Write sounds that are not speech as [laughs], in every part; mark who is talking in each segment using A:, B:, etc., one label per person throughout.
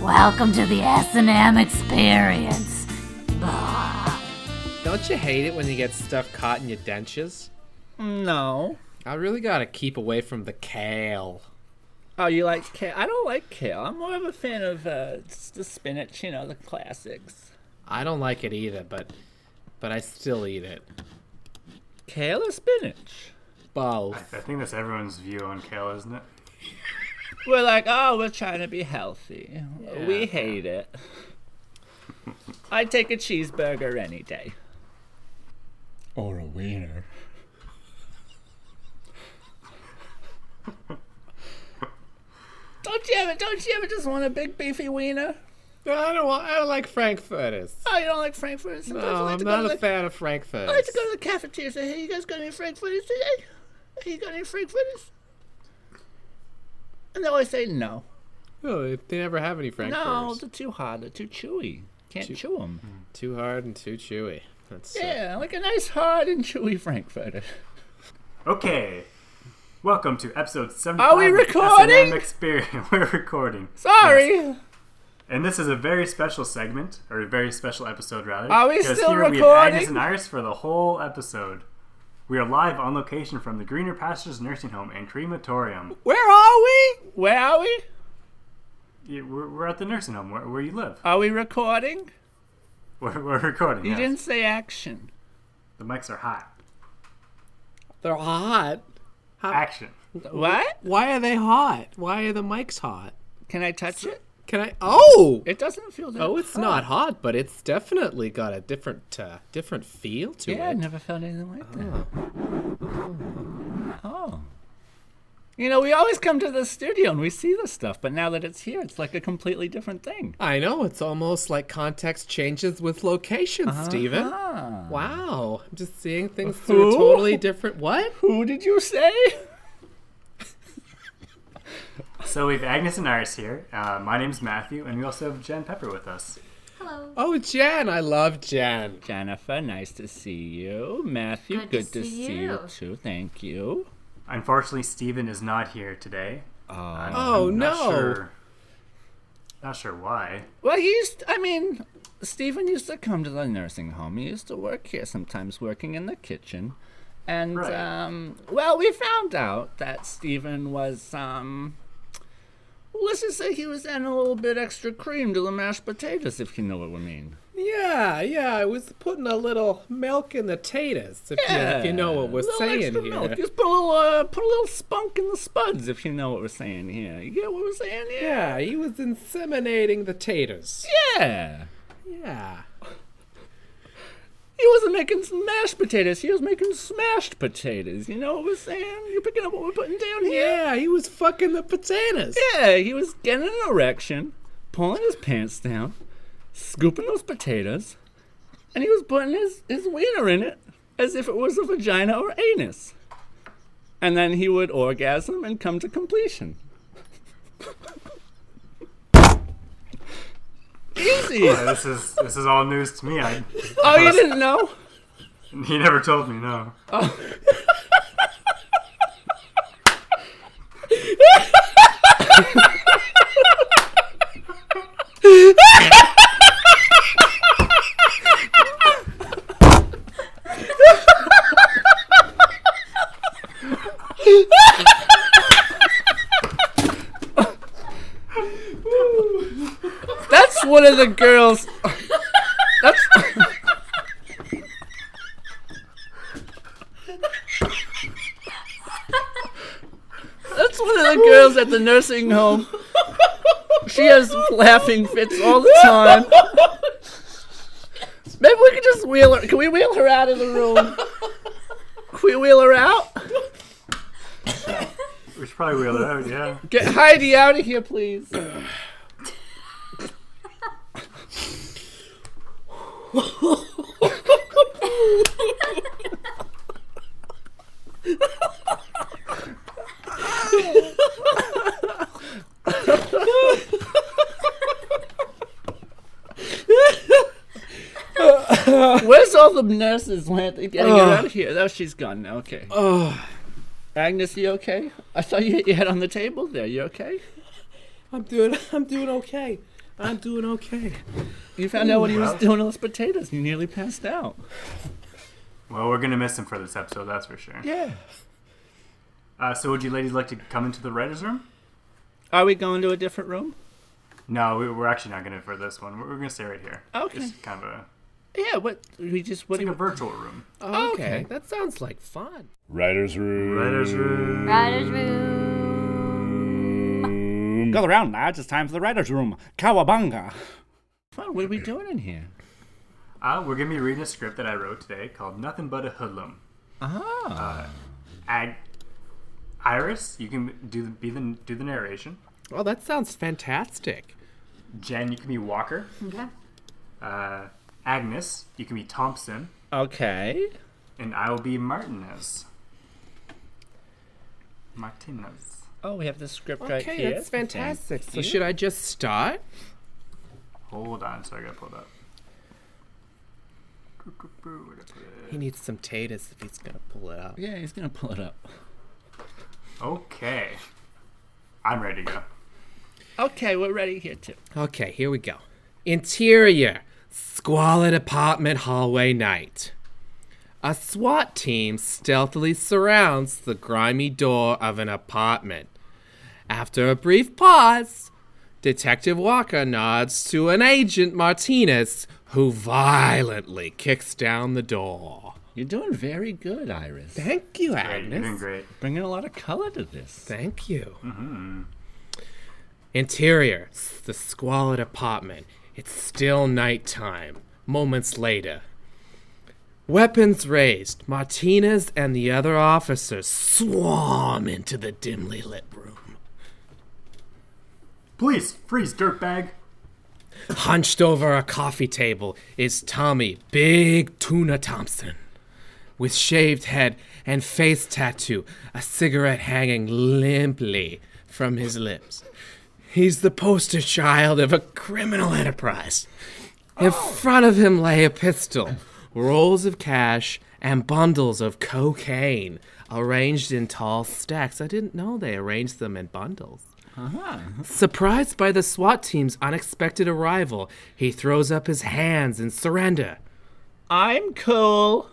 A: Welcome to the S&M experience. Bah.
B: Don't you hate it when you get stuff caught in your dentures?
C: No.
B: I really gotta keep away from the kale.
C: Oh, you like kale? I don't like kale. I'm more of a fan of uh, s- the spinach, you know, the classics.
B: I don't like it either, but but I still eat it.
C: Kale or spinach?
B: Both. [laughs]
D: I think that's everyone's view on kale, isn't it?
C: We're like, oh, we're trying to be healthy.
B: Yeah.
C: We hate it. I take a cheeseburger any day.
B: Or a wiener.
C: Don't you ever? Don't you ever just want a big beefy wiener?
B: I don't want, I don't like frankfurters.
C: Oh, you [laughs] don't like frankfurters? Sometimes I
B: No,
C: like
B: I'm
C: to go to
B: not a
C: the-
B: fan of
C: I
B: frankfurters.
C: like to go to the cafeteria. and Say, hey, you guys got any frankfurters today? Hey, you got any frankfurters? And they always say no.
B: Oh, they never have any
C: No,
B: frankfurters.
C: they're too hard. They're too chewy. Can't 'em. chew them.
B: Too hard and too chewy. That's uh,
C: Yeah, like a nice hard and chewy frankfurter.
D: Okay. Welcome to episode 75.
C: we
D: of the
C: recording?
D: S&M Experience. [laughs] We're recording.
C: Sorry.
D: And this is a very special segment, or a very special episode, rather.
C: Are we
D: because
C: still
D: here We have Agnes
C: recording?
D: and Iris for the whole episode. We are live on location from the Greener Pastures Nursing Home and Crematorium.
C: Where are we? Where are we?
D: Yeah, We're, we're at the nursing home where, where you live. [laughs]
C: Are we recording?
D: We're, we're recording.
C: You
D: yes.
C: didn't say action.
D: The mics are hot.
B: they're hot.
D: Action.
C: What?
B: Why are they hot? Why are the mics hot?
C: Can I touch it?
B: Can I? Oh,
C: It doesn't feel that
B: oh, it's not hot, but it's definitely got a different uh, different feel to
C: Yeah, I
B: it.
C: never felt anything like that. Oh. You know, we always come to the studio and we see this stuff, but now that it's here, it's like a completely different thing.
B: I know it's almost like context changes with location,
C: Uh-huh.
B: Steven.
C: Ah.
B: Wow, I'm just seeing things through a totally different. What?
C: Who did you say?
D: So we have Agnes and Iris here. Uh, my name's Matthew, and we also have Jen Pepper with us.
A: Hello.
B: Oh, Jen, I love Jen.
C: Jennifer, nice to see you. Matthew,
A: Good
C: good,
A: to
C: to,
A: see
C: see,
A: you.
C: you too. Thank you.
D: Unfortunately, Steven is not here today.
C: Uh,
B: Oh, no.
D: Not sure, not sure why.
C: well, he used, I mean, Stephen used to come to the nursing home. He used to work here, sometimes working in the kitchen. And,
D: Right.
C: um, well, we found out that Stephen was, um, let's just say he was adding a little bit extra cream to the mashed potatoes, if you know what I mean.
B: Yeah, yeah, I was putting a little milk in the taters, if, you, if you know what
C: A
B: we're
C: little
B: saying
C: extra
B: here.
C: milk. Just put a little, uh, put a little spunk in the spuds, if you know what we're saying here. You get what we're saying here?
B: Yeah, he was inseminating the taters.
C: Yeah.
B: Yeah.
C: He wasn't making some mashed potatoes. He was making smashed potatoes. You know what we're saying? You're picking up what we're putting down here?
B: Yeah, he was fucking the potatoes.
C: Yeah, he was getting an erection, pulling his pants down, scooping those potatoes, and he was putting his, his wiener in it as if it was a vagina or anus. And then he would orgasm and come to completion. Easy.
D: Yeah, this is this is all news to me. I,
C: Oh, you didn't know?
D: he never told me no.
C: That's one of the girls. That's. That's one of the girls at the nursing home. She has laughing fits all the time. Maybe we could just wheel her. Can we wheel her out of the room? Can we wheel her out?
D: We should probably wheel it out. Yeah.
C: Get Heidi out of here, please. Where's all the nurses when they're getting her out of here? Oh, she's gone now. Okay. Agnes, you okay? I saw you hit your head on the table there. You okay?
B: [laughs] I'm doing I'm doing okay. I'm doing okay.
C: You found out what he was
D: Well.
C: doing on those potatoes. You nearly passed out.
D: Well, we're gonna miss him for this episode, that's for sure.
B: Yeah.
D: Uh, so, would you ladies like to come into the writers' room?
C: Are we going to a different room?
D: No, we, we're actually not gonna for this one. We're, we're gonna stay right here.
C: Okay.
D: It's kind of a
C: Yeah. What? We just. What
D: like
C: do
D: a
C: you?
D: virtual room.
B: Oh, okay.
C: Okay.
B: That sounds like fun.
E: Writer's room.
D: Writers' room.
F: Riders room.
C: Go around, lads. It's time for the writers' room. Cowabunga. Well, what are we doing in here?
D: Uh, we're gonna be reading a script that I wrote today called "Nothing But a Hoodlum." Uh,
C: Ah.
D: Ag- Iris, you can do the, be the do the narration.
B: Oh, that sounds fantastic.
D: Jen, you can be Walker.
F: Okay.
D: Uh, Agnes, you can be Thompson,
C: okay.
D: and I will be Martinez. Martinez.
C: Oh, we have the script right
B: Okay,
C: here.
B: that's fantastic. So
C: Thank you.
B: should I just start?
D: Hold on, sorry, I gotta pull it up.
B: He needs some taters if he's gonna pull it up.
C: Yeah, he's gonna pull it up.
D: Okay, I'm ready to go.
C: Okay, we're ready here too.
B: Okay, here we go. Interior squalid apartment hallway night. A SWAT team stealthily surrounds the grimy door of an apartment. After a brief pause, Detective Walker nods to an agent Martinez who violently kicks down the door.
C: You're doing very good, Iris.
B: Thank you,
D: Great, you're doing
B: Agnes.
D: great.
C: Bringing a lot of color to this.
B: Thank you. Interior, s- the squalid apartment. It's still nighttime. Moments later. Weapons raised, Martinez and the other officers swarm into the dimly lit room.
D: Please freeze, dirtbag.
B: Hunched over a coffee table is Tommy Big Tuna Thompson. With shaved head and face tattoo, a cigarette hanging limply from his lips. He's the poster child of a criminal enterprise. In front of him lay a pistol, rolls of cash, and bundles of cocaine arranged in tall stacks. I didn't know they arranged them in bundles. Surprised by the SWAT team's unexpected arrival, he throws up his hands in surrender.
C: I'm cool.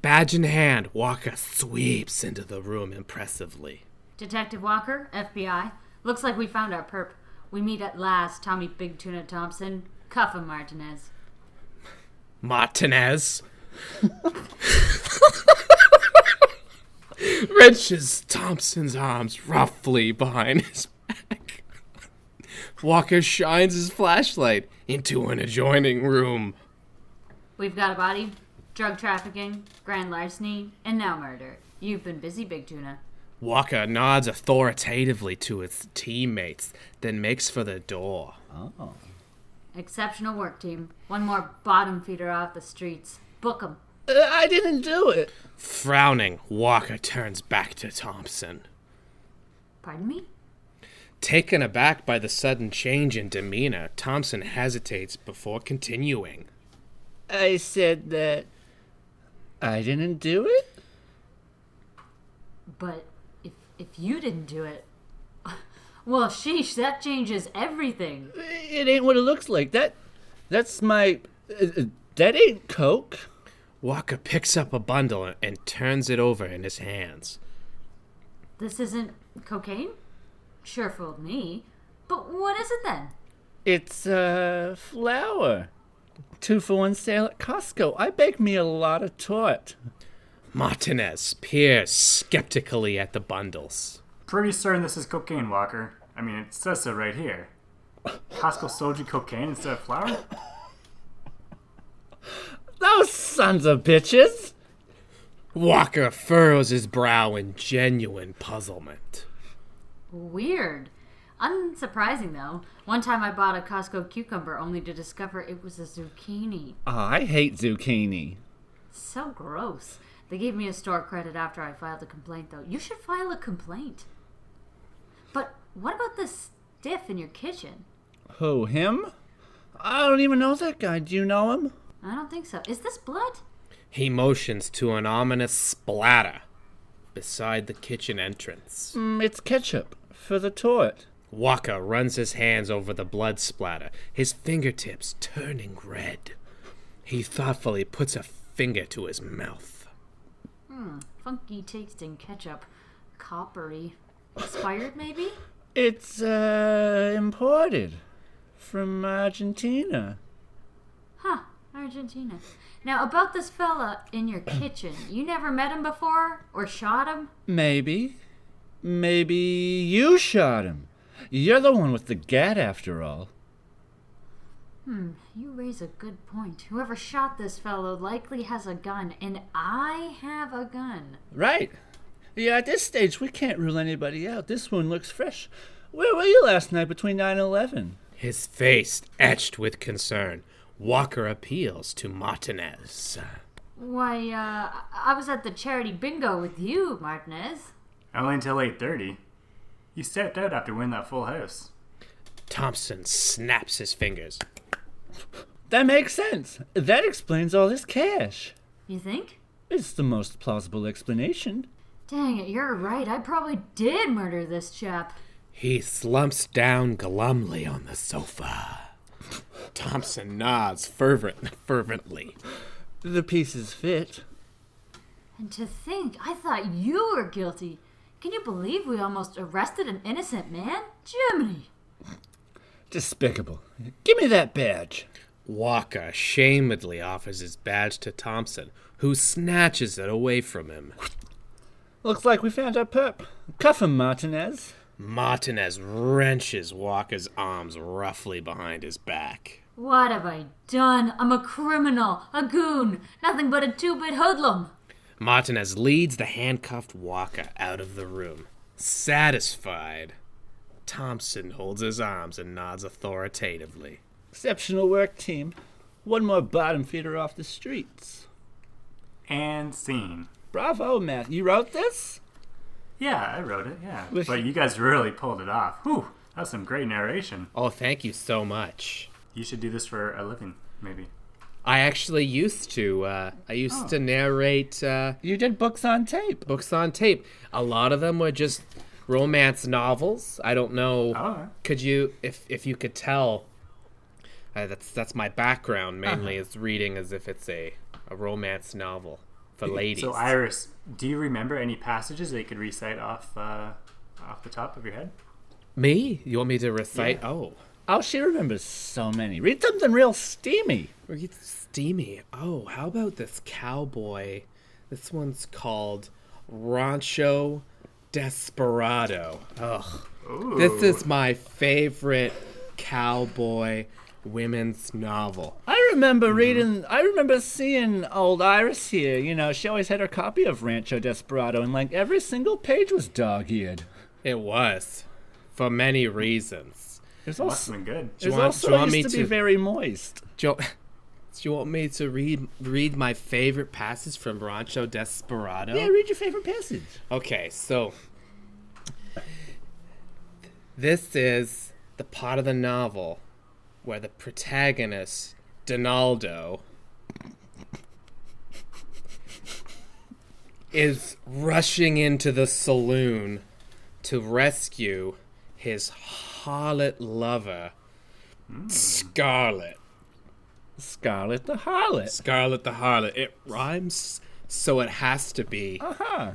B: Badge in hand, Walker sweeps into the room impressively.
F: Detective Walker, FBI. Looks like we found our perp. We meet at last, Tommy Big Tuna Thompson. Cuff him, Martinez.
B: Martinez [laughs] wrenches Thompson's arms roughly behind his back. Walker shines his flashlight into an adjoining room.
F: We've got a body, drug trafficking, grand larceny, and now murder. You've been busy, Big Tuna.
B: Walker nods authoritatively to his teammates, then makes for the door.
C: Oh.
F: Exceptional work, team. One more bottom feeder off the streets. Book 'em.
C: I didn't do it.
B: Frowning, Walker turns back to Thompson.
F: Pardon me?
B: Taken aback by the sudden change in demeanor, Thompson hesitates before continuing.
C: I said that. I didn't do it.
F: But if if you didn't do it, [laughs] well, sheesh, that changes everything.
C: It ain't what it looks like. That. That's my. uh, uh, that ain't coke.
B: Walker picks up a bundle and turns it over in his hands.
F: This isn't cocaine? Sure fooled me. But what is it then?
C: It's uh flour. Two for one sale at Costco. I bake me a lot of tort.
B: Martinez peers skeptically at the bundles.
D: Pretty certain this is cocaine, Walker. I mean, it says so right here. Costco sold you cocaine instead of flour?
C: Those sons of bitches.
B: Walker furrows his brow in genuine puzzlement.
F: Weird. Unsurprising though. One time I bought a Costco cucumber only to discover it was a zucchini.
C: Ah, I hate zucchini.
F: So gross. They gave me a store credit after I filed a complaint though. You should file a complaint. But what about this stiff in your kitchen?
C: Who him? I don't even know that guy. Do you know him?
F: I don't think so. Is this blood?
B: He motions to an ominous splatter beside the kitchen entrance.
C: Mm, it's ketchup for the tort.
B: Waka runs his hands over the blood splatter, his fingertips turning red. He thoughtfully puts a finger to his mouth.
A: Funky tasting ketchup. Coppery. Expired, maybe?
C: It's uh, imported from Argentina.
A: Huh, Argentina. Now, about this fella in your kitchen, you never met him before or shot him?
C: Maybe. Maybe you shot him. You're the one with the gat after all.
A: You raise a good point. Whoever shot this fellow likely has a gun, and I have a gun.
C: Right. Yeah, at this stage, we can't rule anybody out. This one looks fresh. Where were you last night between 9 and 11?
B: His face etched with concern. Walker appeals to Martinez.
A: Why, uh, I was at the charity bingo with you, Martinez.
D: Only until 8.30. You stepped out after winning that full house.
B: Thompson snaps his fingers.
C: That makes sense. That explains all this cash.
A: You think?
C: It's the most plausible explanation.
A: Dang it, you're right. I probably did murder this chap.
B: He slumps down glumly on the sofa. Thompson nods fervent, [laughs] fervently.
C: The pieces fit.
A: And to think, I thought you were guilty. Can you believe we almost arrested an innocent man? Jiminy!
C: Despicable. Give me that badge.
B: Walker shamedly offers his badge to Thompson, who snatches it away from him.
C: Looks like we found our perp. Cuff him, Martinez.
B: Martinez wrenches Walker's arms roughly behind his back.
A: What have I done? I'm a criminal, a goon, nothing but a two bit hoodlum.
B: Martinez leads the handcuffed Walker out of the room. Satisfied, Thompson holds his arms and nods authoritatively.
C: Exceptional work, team. One more bottom feeder off the streets.
D: And scene.
C: Bravo, Matt. You wrote this?
D: Yeah, I wrote it, yeah.
C: Wish-
D: But you guys really pulled it off. Whew, that's some great narration.
B: Oh, thank you so much.
D: You should do this for a living, maybe.
B: I actually used to. Uh, I used to narrate uh,
C: You did books on tape.
B: books on tape. A lot of them were just romance novels. I don't know.
D: Oh,
B: Could you, if if you could tell, uh, that's that's my background mainly
D: Uh-huh.
B: is reading as if it's a, a romance novel for ladies.
D: so Iris, do you remember any passages that you could recite off uh, off the top of your head?
B: me? You want me to recite? Oh,
C: Oh, she remembers so many. Read something real steamy.
B: read steamy. Oh, how about this cowboy? This one's called Rancho Desperado. Ugh.
D: Ooh.
B: This is my favorite cowboy women's novel.
C: I remember
B: Mm-hmm.
C: reading, I remember seeing old Iris here. You know, she always had her copy of Rancho Desperado, and like every single page was dog eared.
B: It was for many reasons.
C: It's
D: Must
C: also,
D: have been good.
C: it
B: want- do
C: also
B: you want me
C: used to be
B: to-
C: very moist.
B: Do you, [laughs] do you want me to read read my favorite passage from Rancho Desperado?
C: Yeah, read your favorite passage.
B: Okay, so this is the part of the novel where the protagonist, Donaldo, is rushing into the saloon to rescue his harlot lover, Scarlet.
C: Scarlet the Harlot.
B: Scarlet the harlot. It rhymes, so it has to be.
C: Huh.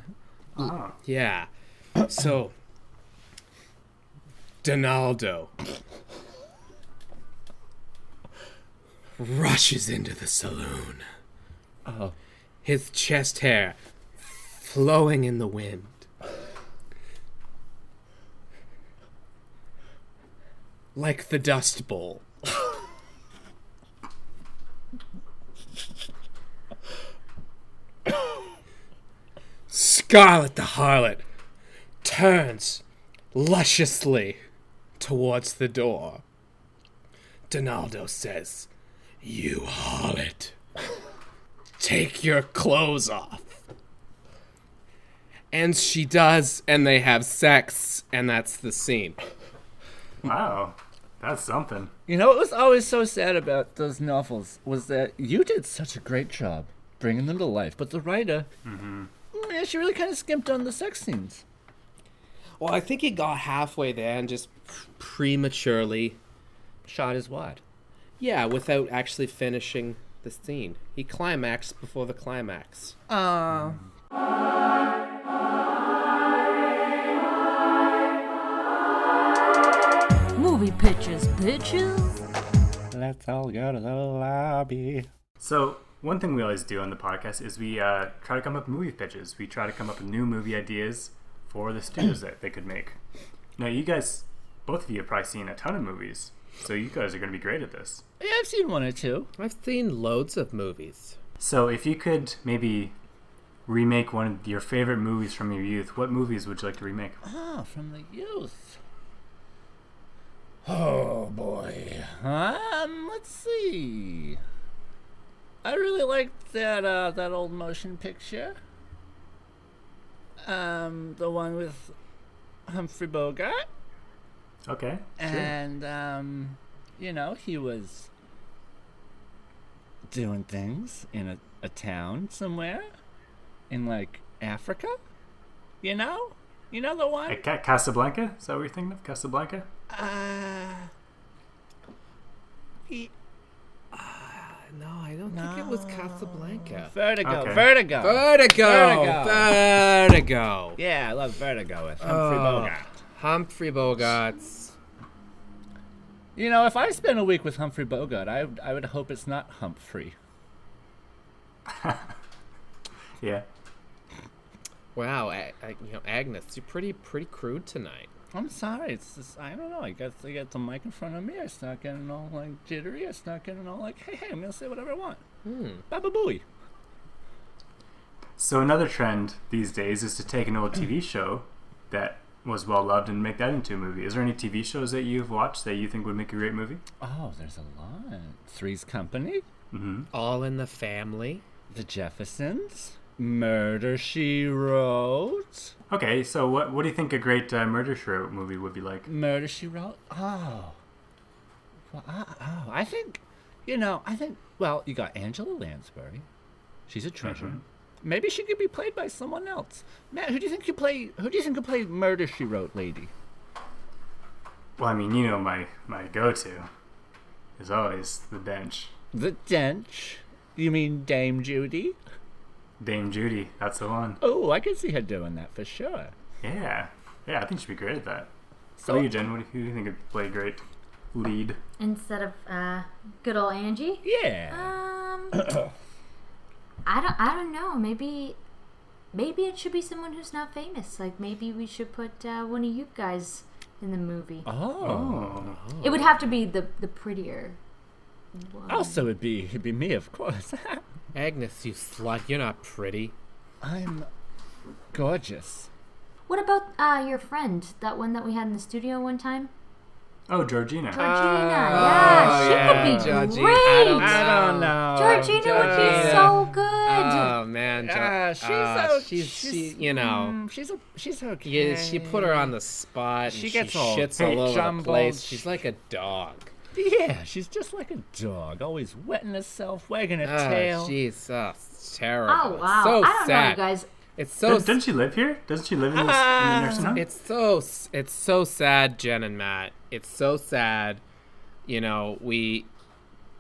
B: Yeah. So, Donaldo rushes into the saloon. Oh. His chest hair flowing in the wind. Like the Dust Bowl. Scarlet the harlot turns lusciously towards the door. Donaldo says, You harlot, take your clothes off. And she does, and they have sex, and that's the scene.
D: Wow, that's something.
C: You know what was always so sad about those novels was that you did such a great job bringing them to Mm-hmm. life, but the writer, mm she really kind of skimped on the sex scenes.
B: Well, I think he got halfway there and just prematurely shot his wad. Yeah, without actually finishing the scene. He climaxed before the climax.
G: Oh.
A: Movie pitches, bitches.
C: Let's all go to the lobby.
D: So one thing we always do on the podcast is we uh, try to come up with movie pitches. We try to come up with new movie ideas for the studios that they could make. Now you guys, both of you have probably seen a ton of movies, so you guys are going to be great at this.
C: Yeah, I've seen one or two.
B: I've seen loads of movies.
D: So if you could maybe remake one of your favorite movies from your youth, what movies would you like to remake?
C: Ah, from the youth. Oh boy. Um, let's see. I really liked that uh, that old motion picture. Um, the one with Humphrey Bogart,
D: Okay,
C: and um, you know he was doing things in a, a town somewhere in like Africa. You know, you know the one.
D: Uh, Ca- Casablanca. Is that what you're thinking of? Casablanca.
C: Uh, he-
B: No, I don't think it was Casablanca.
C: Vertigo,
D: Okay.
C: Vertigo.
B: Vertigo!
C: Vertigo.
B: Vertigo!
C: yeah, I love Vertigo with Humphrey
B: Oh.
C: Bogart.
B: Humphrey Bogart's.
C: You know, if I spent a week with Humphrey Bogart, I would- I would hope it's not Humphrey.
D: Yeah.
B: Wow, A- A- you know, Agnes, you're pretty pretty crude tonight.
C: I'm sorry. It's just, I don't know. I guess I got the mic in front of me. It's not getting all like jittery. It's not getting all like, hey, hey, I'm gonna say whatever I want. Baba booey.
D: So another trend these days is to take an old TV show that was well loved and make that into a movie. Is there any TV shows that you've watched that you think would make a great movie?
C: Oh, there's a lot. Three's Company,
B: All in the family.
C: The Jeffersons, Murder She Wrote.
D: Okay, so what what do you think a great uh, murder show movie would be like?
C: Murder She Wrote. Oh, well, I, oh, I think, you know, I think. Well, you got Angela Lansbury. She's a treasure. Maybe she could be played by someone else. Matt, who do you think could play? Who do you think could play Murder She Wrote, lady?
D: Well, I mean, you know my my go-to is always The Bench.
C: The Dench. You mean Dame Judy?
D: Dame Judy, that's the one.
C: Oh, I could see her doing that for sure.
D: Yeah. Yeah, I think she'd be great at that. So
C: So,
D: you, Jen, what do you, who do you think would play a great lead?
A: Instead of uh, good old Angie.
F: Uh,
C: yeah.
B: [coughs]
A: Um, I don't. I don't know. Maybe, maybe it should be someone who's not famous. Like maybe we should put uh, one of you guys in the movie.
C: Oh.
D: Oh.
A: It would have to be the the prettier. One.
C: Also, it'd be it'd be me, of course. [laughs]
B: Agnes, you slut, you're not pretty.
C: I'm gorgeous.
A: What about uh, your friend? That one that we had in the studio one time,
D: Oh, Georgina.
A: Georgina.
D: Uh, oh,
A: yeah, she
B: yeah,
A: could be
B: Georgina.
A: great.
B: I don't
C: I don't know.
A: Georgina would be so good.
D: Uh,
B: Oh man, Jo-
C: Ah, she's
B: ah,
C: so
B: she's, she, you know,
C: mm, she's a she's okay.
B: yeah, she put her on the spot. And
C: She
B: she
C: gets
B: she
C: all
B: shits all over
C: jumbled.
B: the place. She's like a dog.
C: Yeah, she's just like a dog, always wetting herself, wagging her
B: Oh,
C: tail.
B: jeez, oh, it's terrible.
A: Oh wow!
B: It's
A: I
B: so
A: don't
B: sad.
A: know, you guys.
B: It's so.
D: Doesn't she live here? Doesn't she live in, this, in the nursing home?
B: It's so s- it's so sad, Jen and Matt. It's so sad. You know, we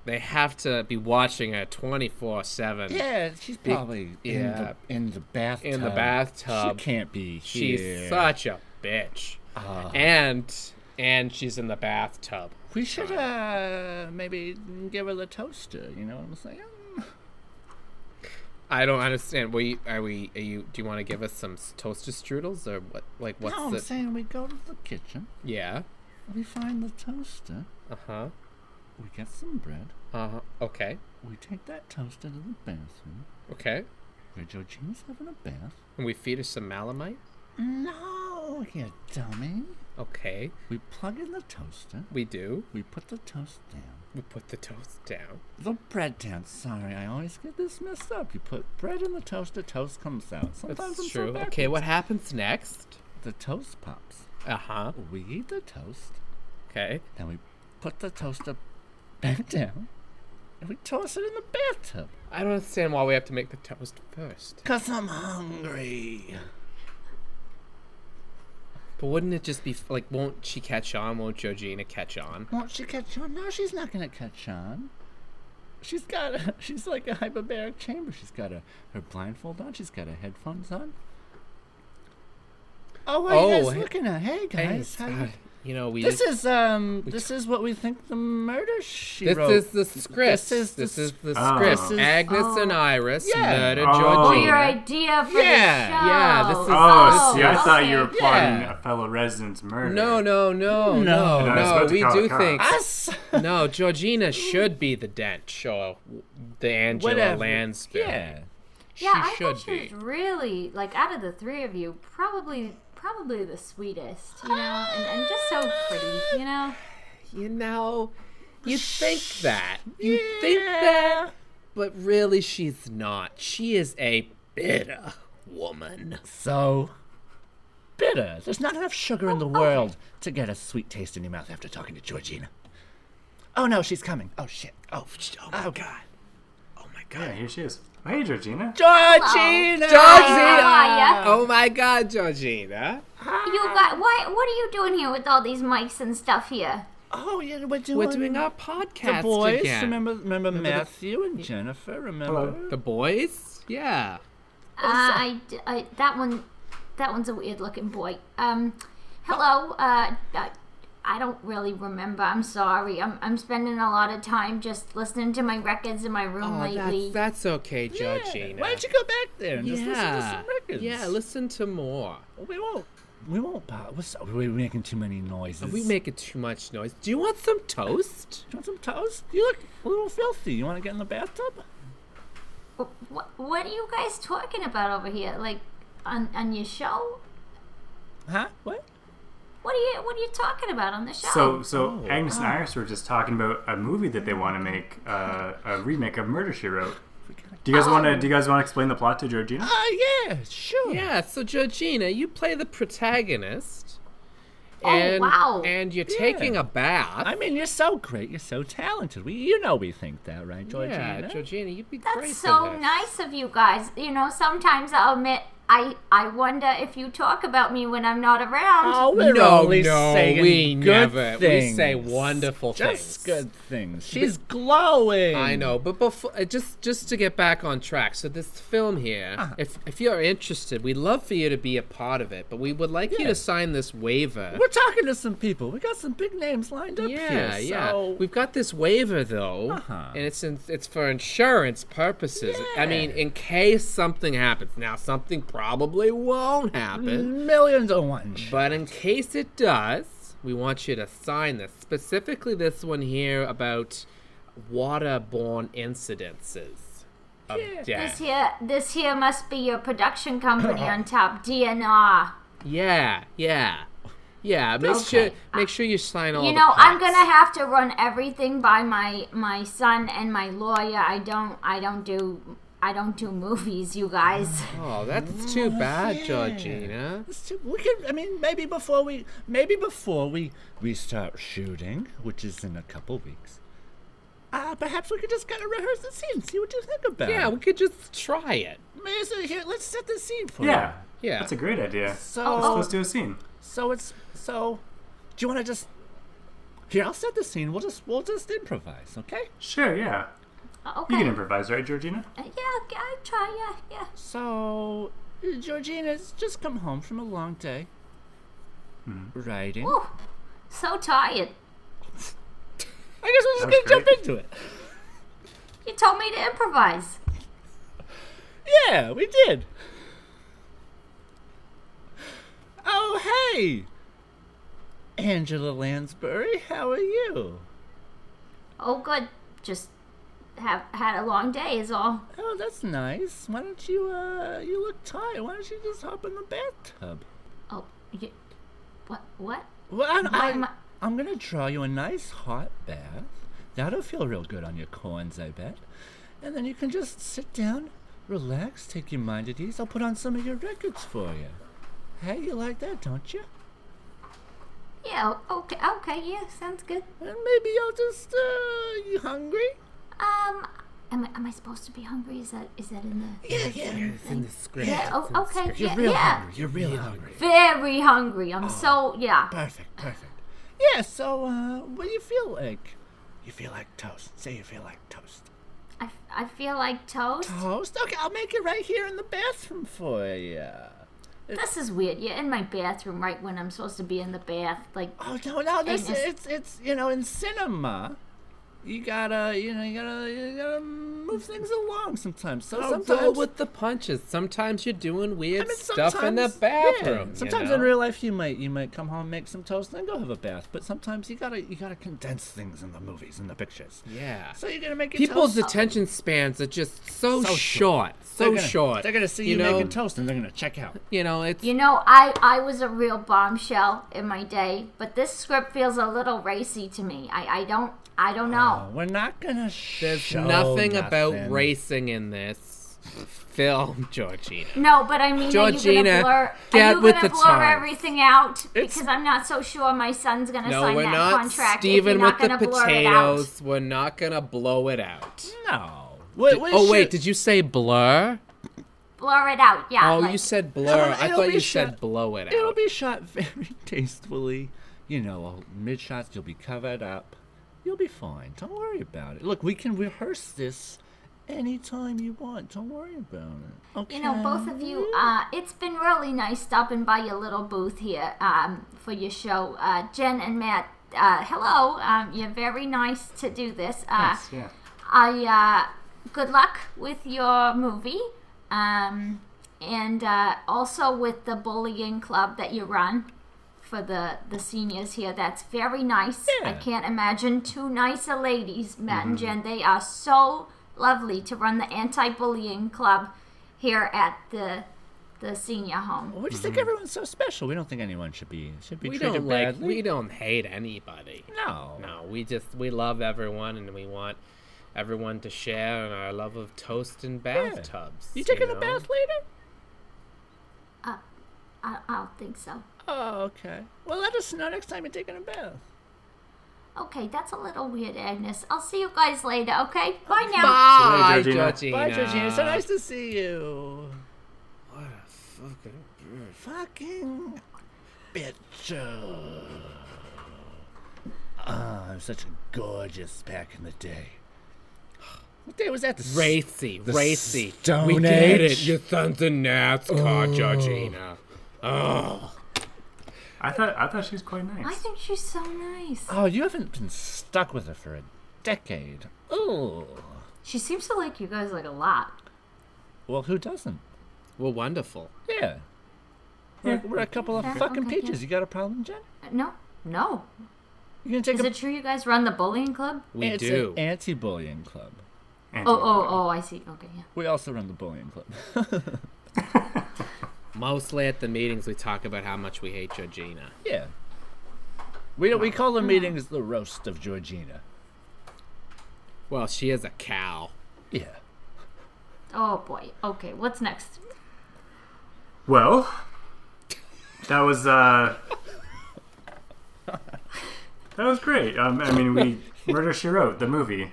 B: they have to be watching her twenty four seven.
C: Yeah, she's probably
B: yeah.
C: in the in the bathtub.
B: In the bathtub.
C: She can't be.
B: She's
C: here.
B: such a bitch. And and she's in the bathtub.
C: We should uh maybe give her the toaster. You know what I'm saying?
B: I don't understand. We are we are you do you want to give us some s- toaster strudels or what like what's
C: no, I'm
B: the
C: saying we go to the kitchen.
B: Yeah.
C: We find the toaster.
B: Uh-huh.
C: We get some bread.
B: Uh-huh. Okay.
C: We take that toaster to the bathroom.
B: Okay.
C: Where Georgina's having a bath.
B: And we feed her some malamite.
C: No, you dummy.
B: Okay.
C: We plug in the toaster.
B: We do.
C: We put the toast down.
B: We put the toast down.
C: The bread down. Sorry, I always get this messed up. You put bread in the toaster, toast comes out. Sometimes
B: That's
C: I'm
B: true.
C: So
B: okay,
C: backwards.
B: what happens next?
C: The toast pops.
B: Uh-huh.
C: We eat the toast.
B: Okay.
C: Then we put the toaster back down and we toss it in the bathtub.
B: I don't understand why we have to make the toast first.
C: Because I'm hungry.
B: But wouldn't it just be f- like, won't she catch on? Won't Georgina catch on?
C: Won't she catch on? No, she's not gonna catch on. She's got a, [laughs] she's like a hyperbaric chamber. She's got a her blindfold on. She's got her headphones on. Oh, what are you
B: Oh,
C: guys
B: hey-
C: looking at? Hey guys, how you?
B: God, you know, we.
C: This
B: just-
C: is um, this is what we think the murder she
B: this
C: wrote.
B: is the script.
C: This is the
B: this is the
D: Oh.
B: script.
C: This is-
B: Agnes and Iris
C: Yeah.
B: murder
D: Oh.
F: Oh,
B: Georgina.
F: your idea for
B: Yeah,
F: the show.
B: yeah, this is-
D: Oh,
B: Oh,
D: see, I thought you were
F: okay.
D: plotting
B: Yeah.
D: a fellow resident's murder.
B: No, no, no, no,
C: No.
D: And I was
B: no.
D: about to
B: We
D: call
B: do
D: the cops.
B: think
C: us.
B: [laughs] no. Georgina should be the Dench or the Angela
C: Mm. Whatever.
B: Lansbury.
C: [laughs] Yeah.
B: she
F: Yeah, I
B: should
F: thought she
B: be.
F: was really like out of the three of you, probably probably the sweetest, you know, and, and just so pretty, you know.
B: You know, you think that. You think that. But really, she's not. She is a bitter woman.
C: So bitter. There's not enough sugar in the
B: Oh,
C: world to get a sweet taste in your mouth after talking to Georgina. Oh no, she's coming. Oh shit.
B: Oh, sh- oh my god. Oh my
D: Yeah,
B: god.
D: here she is. Oh, Hey, Georgina.
C: Georgina!
B: Ah, Georgina!
F: How
B: Oh my god, Georgina.
F: You got why? What are you doing here with all these mics and stuff here?
C: Oh yeah, we're doing,
B: We're doing our
C: the
B: podcast
C: boys.
B: again.
C: Remember, remember, Matthew and Jennifer. Remember?
D: Hello.
B: The boys? Yeah.
F: Uh, I, d- I- that one, that one's a weird looking boy. Um, hello. Uh, I, I don't really remember. I'm sorry. I'm I'm spending a lot of time just listening to my records in my room
B: Oh,
F: lately.
B: that's, that's okay, Georgina.
C: Why don't you go back there and just listen to
B: yeah.
C: some records?
B: yeah, listen to more.
C: We won't. We won't. bother. We're, so, we're making too many noises.
B: We making too much noise. Do you want some toast?
C: You want some toast? You look a little filthy. You want to get in the bathtub?
F: what, what are you guys talking about over here? Like, on on your show?
C: Huh? What?
F: What are you What are you talking about on the show?
D: So, so Agnes and Iris were just talking about a movie that they want to make, uh, a remake of Murder She Wrote. Do you guys want to? Do you guys want to explain the plot to Georgina?
C: Oh yeah, sure.
B: Yeah, so Georgina, you play the protagonist.
F: Oh,
B: and,
F: wow.
B: And you're taking a bath.
C: I mean, you're so great. You're so talented. We, you know, we think that, right, Georgina?
B: Yeah, Georgina, you'd be great
F: That's
B: at
F: so
B: this.
F: nice of you guys. You know, sometimes I'll admit I I wonder if you talk about me when I'm not around.
C: Oh, we're
B: No,
C: only
B: no,
C: saying
B: we
C: good
B: never- we
C: Things.
B: say wonderful
C: Just
B: things.
C: good things. She's glowing.
B: I know, but before uh, just just to get back on track, so this film here,
C: Uh-huh.
B: if if you're interested, we'd love for you to be a part of it, but we would like you
C: Yeah.
B: to sign this waiver.
C: We're talking to some people. We got some big names lined up
B: Yeah,
C: here.
B: yeah.
C: So
B: We've got this waiver though,
C: Uh-huh.
B: and it's in, it's for insurance purposes. I mean, in case something happens. Now, something probably won't happen,
C: millions of ones.
B: but in case it does, we want you to sign this. Specifically, this one here about waterborne incidences of
F: This
B: death.
F: here, this here must be your production company on top, DNR.
B: Yeah, yeah, yeah. Make sure make sure you sign
D: Oh,
B: all.
F: You
B: the
F: know, I'm
B: parts.
F: gonna have to run everything by my my son and my lawyer. I don't, I don't do, I don't do movies, you guys.
B: Oh, that's too bad, Georgina.
C: It's too- We could, I mean, maybe before we, maybe before we we start shooting, which is in a couple weeks. Uh, perhaps we could just kind of rehearse the scene, see what you think about.
B: Yeah,
C: it.
B: we could just try it.
C: Maybe so here, let's set the scene for you.
D: Yeah,
B: Yeah.
D: that's a great idea.
C: So,
D: Let's do a scene.
C: so it's so. Do you want to just? Here, I'll set the scene. We'll just, we'll just improvise, okay?
D: Sure. Yeah,
F: Okay.
D: you can improvise, right, Georgina?
F: Uh, yeah, I try. Yeah, yeah.
C: So, uh, Georgina's just come home from a long day.
D: Mm-hmm.
C: Writing.
F: Whew. So tired.
C: I guess we're just
D: That was
C: gonna jump
D: great.
C: into it.
F: You told me to improvise.
C: Yeah, we did. Oh, hey! Angela Lansbury, how are you?
F: Oh, good. Just have had a long day is all.
C: Oh, that's nice. Why don't you, uh, you look tired. Why don't you just hop in the bathtub?
F: Oh, you, what? What?
C: Well,
F: Why
C: I,
F: am
C: I,
F: I-
C: I'm gonna draw you a nice hot bath. That'll feel real good on your corns, I bet. And then you can just sit down, relax, take your mind at ease. I'll put on some of your records for you. Hey, you like that, don't you?
F: Yeah. o- Okay. Okay. Yeah. Sounds good.
C: And maybe I'll just, uh, you hungry?
F: Um, Am I, am I supposed to be hungry? Is that is that in the?
B: Yeah, yeah. It's in the script.
F: Yeah, oh,
B: It's in the
F: okay,
B: script.
F: yeah,
B: You're real
F: yeah.
B: hungry. You're real hungry.
F: Very hungry. I'm so yeah.
B: Perfect, perfect.
C: Yeah, so uh, what do you feel like?
B: You feel like toast. Say you feel like toast.
F: I, I feel like toast.
C: Toast? Okay, I'll make it right here in the bathroom for you.
F: This is weird. You're in my bathroom right when I'm supposed to be in the bath. Like
C: Oh no, no, this
F: Agnes.
C: it's it's you know in cinema, you gotta you know you gotta you gotta move things along sometimes. So
B: Sometimes
C: sometimes
B: with the punches. Sometimes you're doing weird
C: I mean,
B: stuff in the
C: sometimes-
B: bathroom.
C: yeah,
B: you
C: sometimes in
B: know?
C: real life, you might you might come home, make some toast, and then go have a bath. But sometimes you gotta you gotta condense things in the movies and the pictures.
B: Yeah.
C: So you're gonna make your
B: People's
C: toast.
B: attention spans are just so,
C: So
B: short,
C: short.
B: so
C: they're gonna,
B: short.
C: They're gonna see you,
B: know,
C: making toast, and they're gonna check out.
B: You know, it's
F: you know, I I was a real bombshell in my day, but this script feels a little racy to me. I I don't I don't
C: Uh,
F: know.
C: We're not gonna
B: there's
C: show
B: nothing, about
C: Oh, nothing.
B: racing in this film, Georgina.
F: no, but I mean, are you
B: Georgina,
F: gonna blur?
B: get
F: are you
B: with
F: gonna
B: the
F: blur
B: times.
F: everything out
C: It's-
F: because I'm not so sure my son's gonna
B: No,
F: sign
B: we're
F: that
B: not
F: contract. if you're
B: Steven
F: not
B: with the
F: gonna blur it out.
B: potatoes. We're not gonna blow it out.
C: No. Wait, wait,
B: oh wait,
C: shoot.
B: did you say blur?
F: Blur it out. Yeah.
B: Oh,
F: like,
B: you said
C: It'll-
B: blur. I
C: it'll
B: thought
C: be
B: you
C: shot-
B: said blow it out.
C: It'll be shot very [laughs] tastefully. You know, mid shots, you'll be covered up. You'll be fine. Don't worry about it. Look, we can rehearse this anytime you want. Don't worry about it. Okay.
F: You know, both of you, uh, it's been really nice stopping by your little booth here um, for your show. Uh, Jen and Matt, uh, hello. Um, you're very nice to do this. Uh,
D: Yes, yeah.
F: I uh, good luck with your movie, um, and uh, also with the bullying club that you run for the the seniors here. That's very nice. I
C: Yeah.
F: can't imagine two nicer ladies, Matt and Jen. They are so lovely to run the anti-bullying club here at the the senior home.
C: We just think everyone's so special. We don't think anyone should be should be
B: Mm-hmm. we
C: treated
B: don't like.
C: badly.
B: We don't hate anybody.
C: no.
B: No, we just we love everyone, and we want everyone to share in our love of toast and bathtubs.
C: You taking a
B: know?
C: bath later?
F: I, I don't think so.
C: Oh, okay. Well, let us know next time you're taking a bath.
F: Okay, that's a little weird, Agnes. I'll see you guys later. Okay, bye now.
B: Bye,
D: Georgina.
B: Georgina.
C: Bye, Georgina. So nice to see you.
B: What a fucking bird.
C: Fucking bitch. Ah, I'm such a gorgeous back in the day. What day was that? The s-
B: Racy, racy.
C: Stone
B: we get
C: Age.
B: it. Your son's a NASCAR, Georgina. Oh,
D: I thought I thought she was quite nice.
F: I think she's so nice.
C: Oh, you haven't been stuck with her for a decade. Oh.
F: She seems to like you guys like a lot.
C: Well, who doesn't?
B: we're wonderful.
C: Yeah. We're, we're a couple of
F: Yeah,
C: fucking
F: okay, yeah.
C: peaches. You got a problem, Jen?
F: Uh, No, no.
C: You gonna take
F: Is
C: a
F: it true you guys run the bullying club?
B: We
C: it's
B: do.
C: an anti-bullying club.
D: And-
F: Oh, oh, oh! I see. Okay, yeah.
C: We also run the bullying club.
B: Mostly at the meetings, we talk about how much we hate Georgina.
C: yeah. We don't, we call the meetings the roast of Georgina.
B: Well, she is a cow.
C: Yeah.
F: Oh boy. Okay, what's next?
D: Well, that was uh, that was great. Um, I mean, we Murder She Wrote the movie.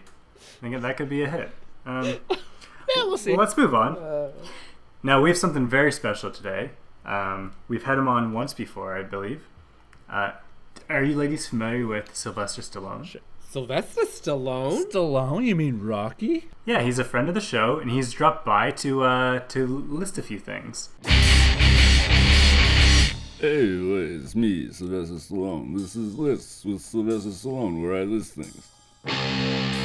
D: I think that could be a hit. Um,
C: Yeah, we'll see. Uh,
D: well, let's move on. now we have something very special today. Um, we've had him on once before, I believe. Uh, are you ladies familiar with Sylvester Stallone?
B: Sylvester Stallone?
C: Stallone? You mean Rocky?
D: Yeah, he's a friend of the show, and he's dropped by to uh, to list a few things.
H: Hey, wait, it's me, Sylvester Stallone. This is Lists with Sylvester Stallone, where I list things.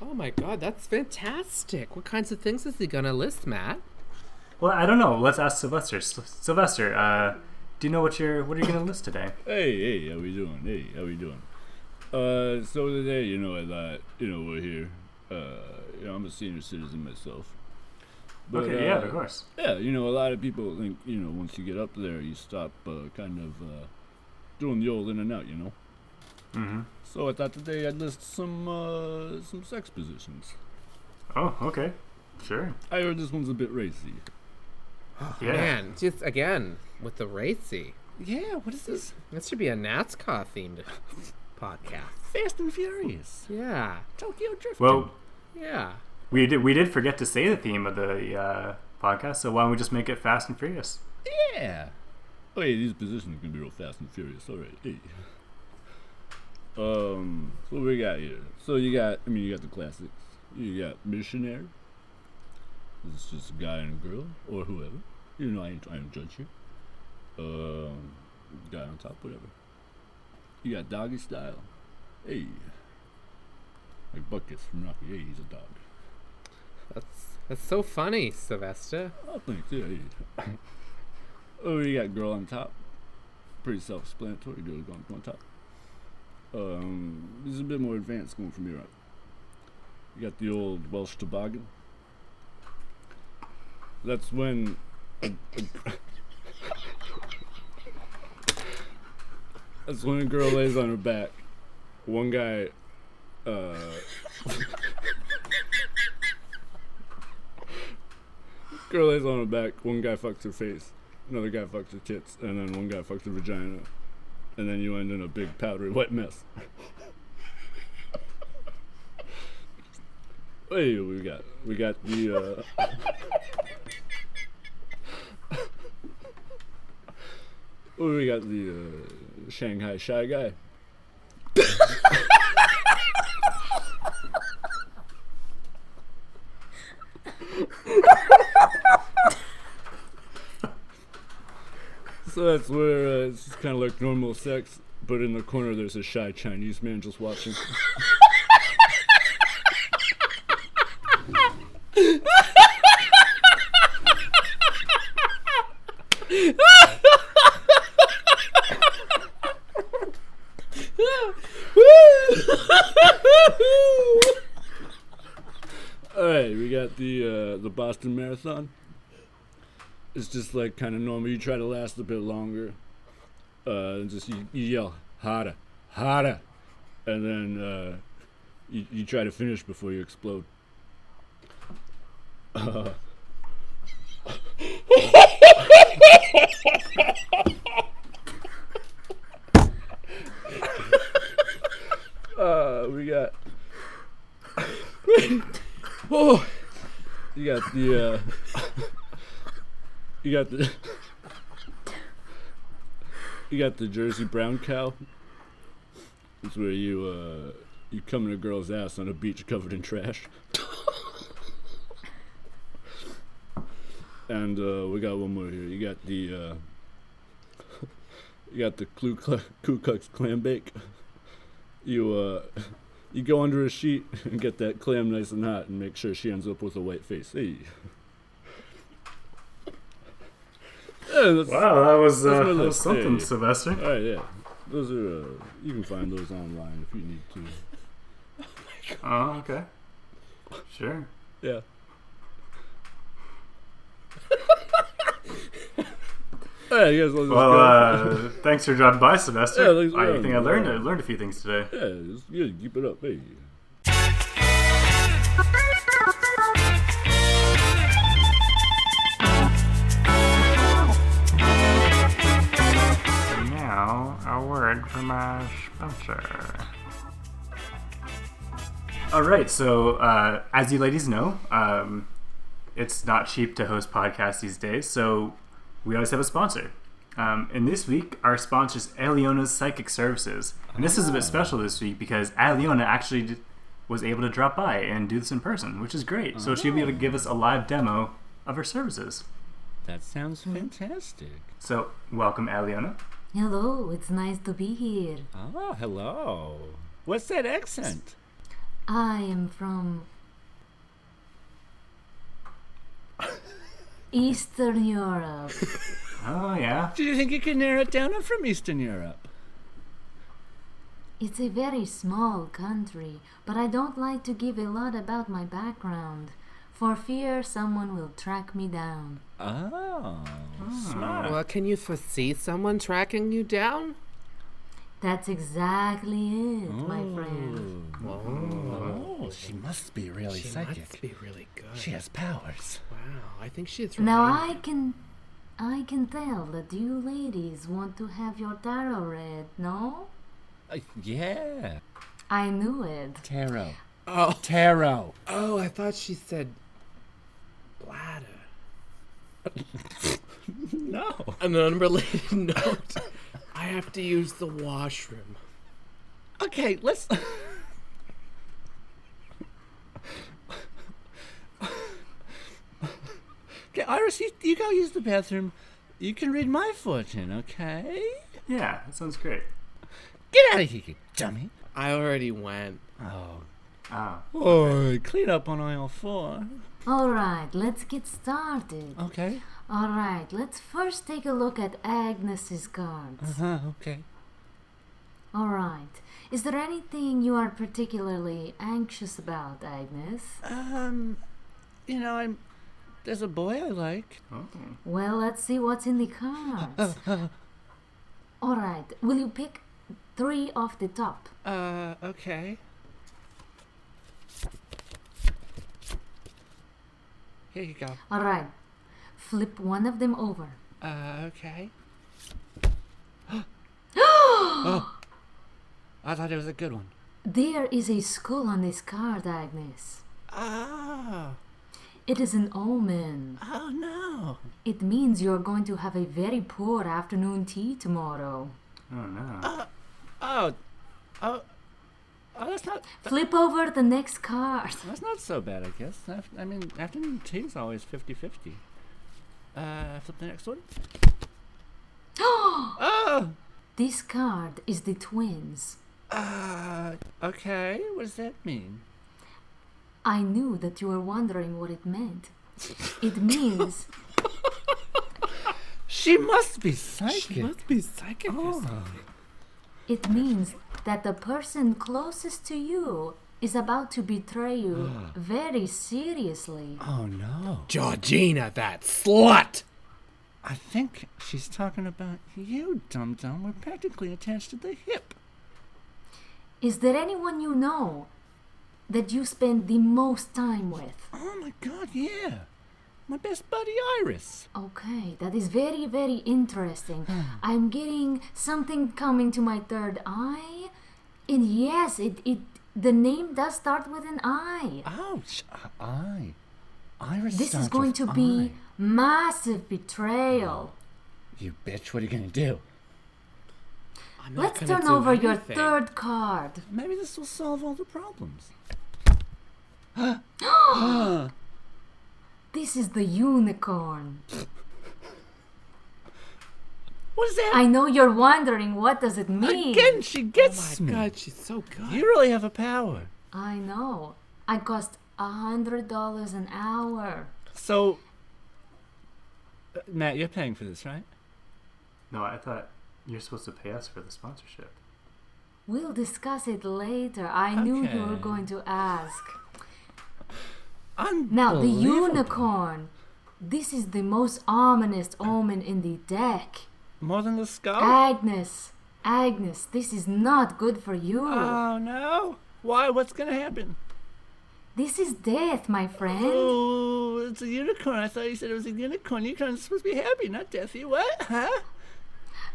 B: Oh my god, that's fantastic. What kinds of things is he gonna list, Matt?
D: Well, I don't know. Let's ask Sylvester. S- Sylvester, uh, do you know what you're what are you going to list today? [coughs]
H: Hey, hey, how we doing? Hey, how we doing? Uh, so today, you know, I thought, you know, we're here. Uh, you know, I'm a senior citizen myself. But,
D: okay, yeah,
H: uh,
D: of course.
H: Yeah, you know, a lot of people think, you know, once you get up there, you stop uh, kind of uh, doing the old in and out, you know?
D: Mm-hmm.
H: So I thought today I'd list some, uh, some sex positions.
D: Oh, okay, sure.
H: I heard this one's a bit racy.
D: Yeah.
B: Man, just again, with the racy.
C: Yeah, what is this?
B: This should be a NASCAR themed [laughs] podcast.
I: Fast and Furious,
B: Yeah.
I: Tokyo Drift.
D: Well,
B: Yeah.
D: we did we did forget to say the theme of the uh, podcast, so why don't we just make it Fast and Furious?
C: Yeah. Oh yeah, these positions can be real fast and furious. All right. Hey. Um, so what we got here? So you got, I mean, you got the classics. You got missionary. It's just a guy and a girl or whoever. You know, I ain't trying to judge you. Um, guy on top, whatever. You got doggy style. Hey. Like Buckets from Rocky. Hey, he's a dog.
B: That's that's so funny, Sylvester.
C: I think, yeah. yeah. [coughs] oh, you got girl on top. Pretty self-explanatory. Girl on, on top. Um, this is a bit more advanced going from Europe. You got the old Welsh toboggan. That's when. [coughs] That's when a girl lays on her back. One guy. Uh, girl lays on her back. One guy fucks her face. Another guy fucks her tits. And then one guy fucks her vagina. And then you end in a big powdery wet mess. hey, we got we got the. Uh, [laughs] we got the uh, Shanghai shy guy. So that's where uh, it's kind of like normal sex, but in the corner there's a shy Chinese man just watching. All right, we got the uh, the Boston Marathon. It's just like kind of normal. You try to last a bit longer. Uh, and just you, you yell harder, harder, and then uh, you, you try to finish before you explode. [laughs] Uh, Uh, we got. [laughs] oh, you got the. Uh, you got the. You got the Jersey brown cow. It's where you uh, you come in a girl's ass on a beach covered in trash. and uh, we got one more here. You got the. Uh, you got the Ku Klux, Ku Klux clam bake. You uh, you go under a sheet and get that clam nice and hot, and make sure she ends up with a white face. Hey. [laughs] Yeah, that's-
D: Wow, that was,
C: That's
D: uh,
C: my
D: that was
C: list. Hey.
D: something, Sylvester.
C: All right, Oh, yeah. Those are uh, you can find those online if you need to.
D: Oh, okay. Sure.
C: [laughs] Yeah. All right, you guys want to
D: Well,
C: just
D: uh, thanks for dropping by, Sylvester.
C: Yeah, thanks for
D: I
C: having
D: think
C: me.
D: I learned I learned a few things today.
C: go? yeah, just, yeah, keep it up, hey.
D: Now, a word from our sponsor. All right, so uh, as you ladies know, um, it's not cheap to host podcasts these days, so we always have a sponsor. Um, and this week, our sponsor is Eliona's Psychic Services. And this is a bit special this week because Eliona actually d- was able to drop by and do this in person, which is great. So she'll be able to give us a live demo of her services.
I: that sounds fantastic.
D: So, welcome, Eliona.
F: Hello, it's nice to be here.
I: Oh, hello. What's that accent?
F: I am [laughs] from Eastern Europe.
D: Oh, yeah.
I: Do you think you can narrow it down? I'm from Eastern Europe.
F: It's a very small country, but I don't like to give a lot about my background for fear someone will track me down.
I: Oh, smart.
B: Well, can you foresee someone tracking you down?
F: That's exactly it, my friend.
I: Oh, she must be really
B: Oh, She must
I: psychic.
B: be really good.
I: She has powers.
B: wow, I think she's.
F: Now
B: Romanian.
F: I can I can tell that you ladies want to have your tarot read, no?
G: Uh, yeah.
F: I knew it.
G: Tarot.
B: Oh,
G: Tarot.
B: oh, I thought she said bladder.
G: No.
B: On an [laughs] unrelated note, I have to use the washroom.
G: Okay, let's. [laughs] okay, Iris, you, you go use the bathroom. You can read my fortune, okay?
D: Yeah, that sounds great.
G: Get out of here, you dummy.
B: I already went.
G: Oh.
D: Ah,
G: Oh, clean up on aisle four.
F: Alright, let's get started.
G: Okay.
F: Alright, let's first take a look at Agnes's
C: Mm.
F: cards.
G: Uh-huh, okay.
F: Alright. Is there anything you are particularly anxious about, Agnes?
G: Um, you know, I'm. There's a boy I like.
F: Well, let's see what's in the cards. Alright, will you pick three off the top?
B: Uh, okay. Here you go.
F: Alright, flip one of them over.
B: Uh,
F: [gasps]
B: okay. [gasps] oh, I thought it was a good one.
F: There is a skull on this card, Agnes.
B: Oh,
F: It is an omen.
B: oh no.
F: It means you're going to have a very poor afternoon tea tomorrow.
D: oh no.
G: Oh, oh, oh, that's not
F: Flip over the next card. [gasps]
G: that's not so bad, I guess. Af- I mean, afternoon tea is always 50-50. Uh, flip the next one. oh,
F: This card is the twins.
G: uh, okay. What does that mean?
F: I knew that you were wondering what it meant. It means
G: She must be psychic. Oh.
B: She must be psychic or something.
F: it means that the person closest to you is about to betray you very seriously.
G: Oh no!
B: Georgina, that slut!
G: I think she's talking about you, dum dum. We're practically attached to the hip.
F: Is there anyone you know that you spend the most time with?
G: Oh my god, yeah. My best buddy Iris.
F: Okay, that is very, very interesting. I'm getting something coming to my third eye. And yes, it, it the name does start with an I.
G: Ouch. Uh, I. Iris.
F: This is
G: starts
F: going
G: with
F: to be
G: I.
F: massive betrayal.
G: You bitch, what are you gonna do?
B: I'm not
F: Let's
B: gonna
F: turn
B: do
F: over your
B: anything.
F: third card.
G: Maybe this will solve all the problems.
F: This is the unicorn.
G: What is that?
F: I know you're wondering what does it mean.
G: Again, she
B: oh My
G: gets me.
B: god, she's so good.
G: You really have a power.
F: I know. I cost a hundred dollars an hour.
G: So, uh, Matt, you're paying for this, right?
D: No, I thought you're supposed to pay us for the sponsorship.
F: We'll discuss it later. I knew you were
G: Okay.
F: going to ask.
G: I'm
F: Now, the unicorn. This is the most ominous omen in the deck.
G: More than the skull.
F: Agnes, Agnes, this is not good for you.
G: oh no! Why? What's gonna happen?
F: this is death, my friend.
G: Oh, it's a unicorn. I thought you said it was a unicorn. Unicorns supposed to be happy, not deathy. What? Huh?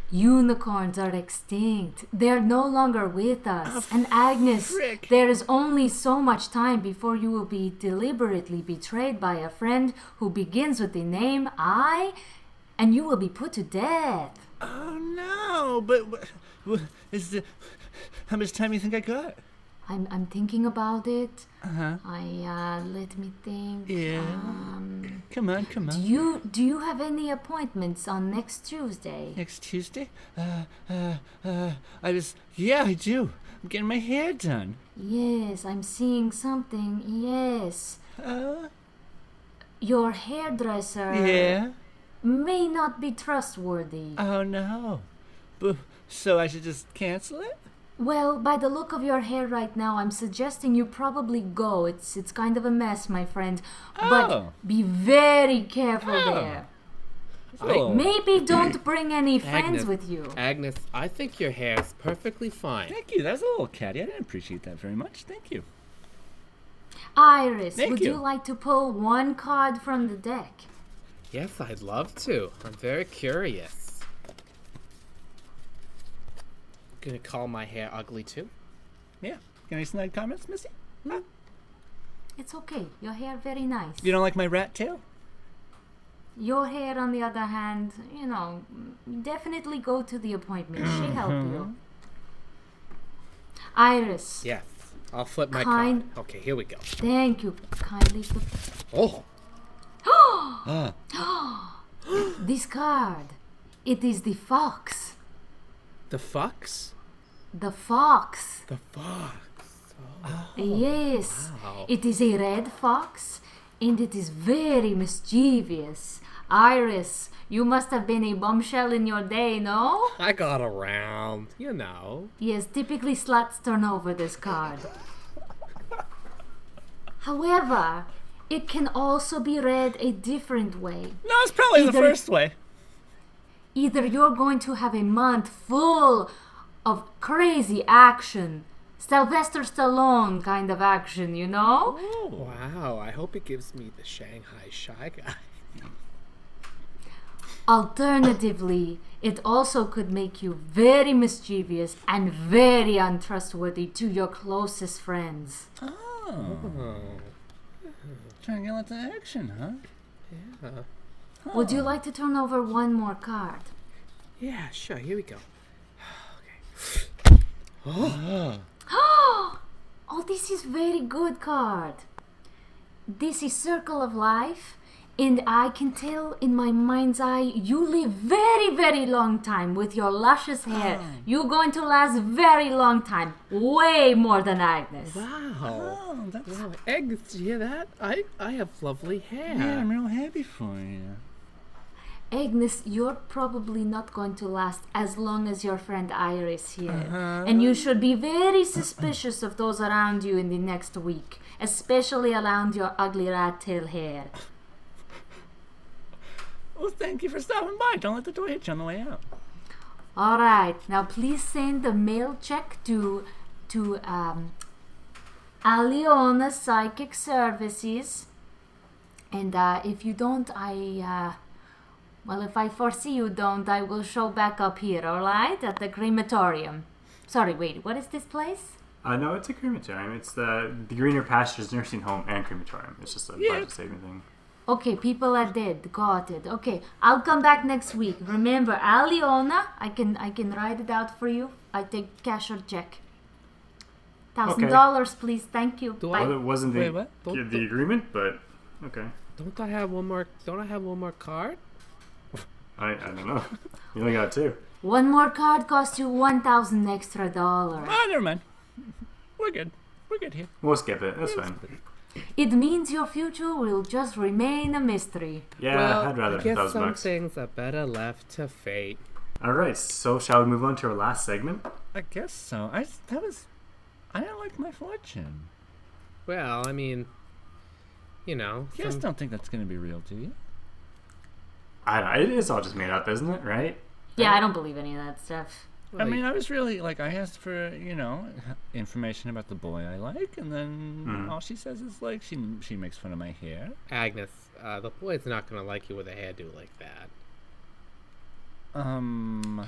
F: Unicorns are extinct. They're no longer with us. and Agnes,
G: Ah, frick.
F: there is only so much time before you will be deliberately betrayed by a friend who begins with the name I, and you will be put to death.
G: Oh no! But wha- wha- is the how much time you think I got?
F: I'm, I'm thinking about it.
G: Uh huh.
F: I uh, let me think.
G: Yeah.
F: Um,
G: Come on, come
F: do
G: on.
F: you do you have any appointments on next Tuesday?
G: Next Tuesday? Uh, uh, uh. I was. Yeah, I do. I'm getting my hair done.
F: Yes, I'm seeing something. Yes,
G: Uh.
F: your hairdresser
G: Yeah.
F: may not be trustworthy.
G: Oh no. Boo. So I should just cancel it?
F: well, by the look of your hair right now, I'm suggesting you probably go. It's it's kind of a mess, my friend.
G: Oh.
F: But be very careful
G: Oh.
F: there.
G: Oh.
F: Maybe don't bring any friends
B: Agnes.
F: with you.
B: Agnes, I think your hair is perfectly fine.
G: Thank you. That's a little catty. I didn't appreciate that very much. Thank you.
F: Iris,
G: Thank
F: would
G: you.
F: you like to pull one card from the deck?
B: Yes, I'd love to. I'm very curious. gonna call my hair ugly too.
C: Yeah. Any snide comments, Missy?
F: It's okay. Your hair very nice.
C: You don't like my rat tail?
F: Your hair, on the other hand, you know, definitely go to the appointment. she helped you. Iris,
B: Yeah. I'll flip my
F: Kind-
B: card. Okay, here we go.
F: thank you kindly for
B: Oh,
F: this card. It is the fox.
B: the fox.
F: The fox.
B: The fox.
F: yes.
B: wow.
F: It is a red fox and it is very mischievous. Iris, you must have been a bombshell in your day, no?
B: I got around. You know.
F: Yes, typically slots turn over this card. However, it can also be read a different way.
C: No, it's probably the
F: Either-
C: first way.
F: Either you're going to have a month full of crazy action, Sylvester Stallone kind of action, you know?
B: Wow. I hope it gives me the Shanghai shy guy.
F: Alternatively, it also could make you very mischievous and very untrustworthy to your closest friends.
C: Trying to get lots of action, huh?
F: Would you like to turn over one more card?
B: Yeah. Sure. Here we go.
F: [gasps] Oh, this is very good card. This is circle of life, and I can tell in my mind's eye you live very, very long time with your luscious hair. You're going to last very long time, way more than Agnes.
B: Wow.
C: Oh, that's.
B: Wow. Eggs. Did you hear that? I I have lovely hair.
C: Yeah, I'm real happy for you.
F: Agnes, you're probably not going to last as long as your friend Iris here. And you should be very suspicious of those around you in the next week, especially around your ugly rat tail hair.
C: Well, thank you for stopping by. Don't let the door hit you on the way out.
F: All right, now please send the mail check to to um, Aliona Psychic Services. And uh, if you don't, I uh, well, if I foresee you don't, I will show back up here. All right, at the crematorium. Sorry, wait, what is this place?
D: Uh, no, it's a crematorium. It's the, the Greener Pastures Nursing Home and Crematorium. It's just a
C: Yeah.
D: budget saving thing.
F: Okay, people are dead. Got it. Okay, I'll come back next week. Remember, Aliona, I can I can write it out for you. I take cash or check. Thousand
D: Okay.
F: dollars, please. Thank you.
B: Do I-
F: Bye.
D: Well, it wasn't the,
B: Wait, what? Don't-
D: the
B: don't-
D: agreement, but okay.
B: Don't I have one more? Don't I have one more card?
D: I, I don't know. [laughs] You only got two.
F: One more card costs you one thousand extra dollars.
C: Ah, never mind. We're good. We're good here.
D: We'll skip it. That's fine.
F: It means your future will just remain a mystery.
D: Yeah,
C: Uh,
B: well,
D: I'd rather
B: I
D: a
B: guess
D: thousand
B: some
D: bucks.
B: things are better left to fate.
D: All right, so shall we move on to our last segment?
C: I guess so. I s- that was. I don't like my fortune.
B: Well, I mean, you know,
C: You guys
B: some-
C: don't think that's gonna be real, do you?
D: I don't. It is all just made up, isn't it? Right?
F: Yeah, I don't believe any of that stuff.
C: I
B: like-
C: mean, I was really like, I asked for you know information about the boy I like, and then all she says is like, she she makes fun of my hair.
B: Agnes, uh, the boy's not gonna like you with a hairdo like that.
C: Um,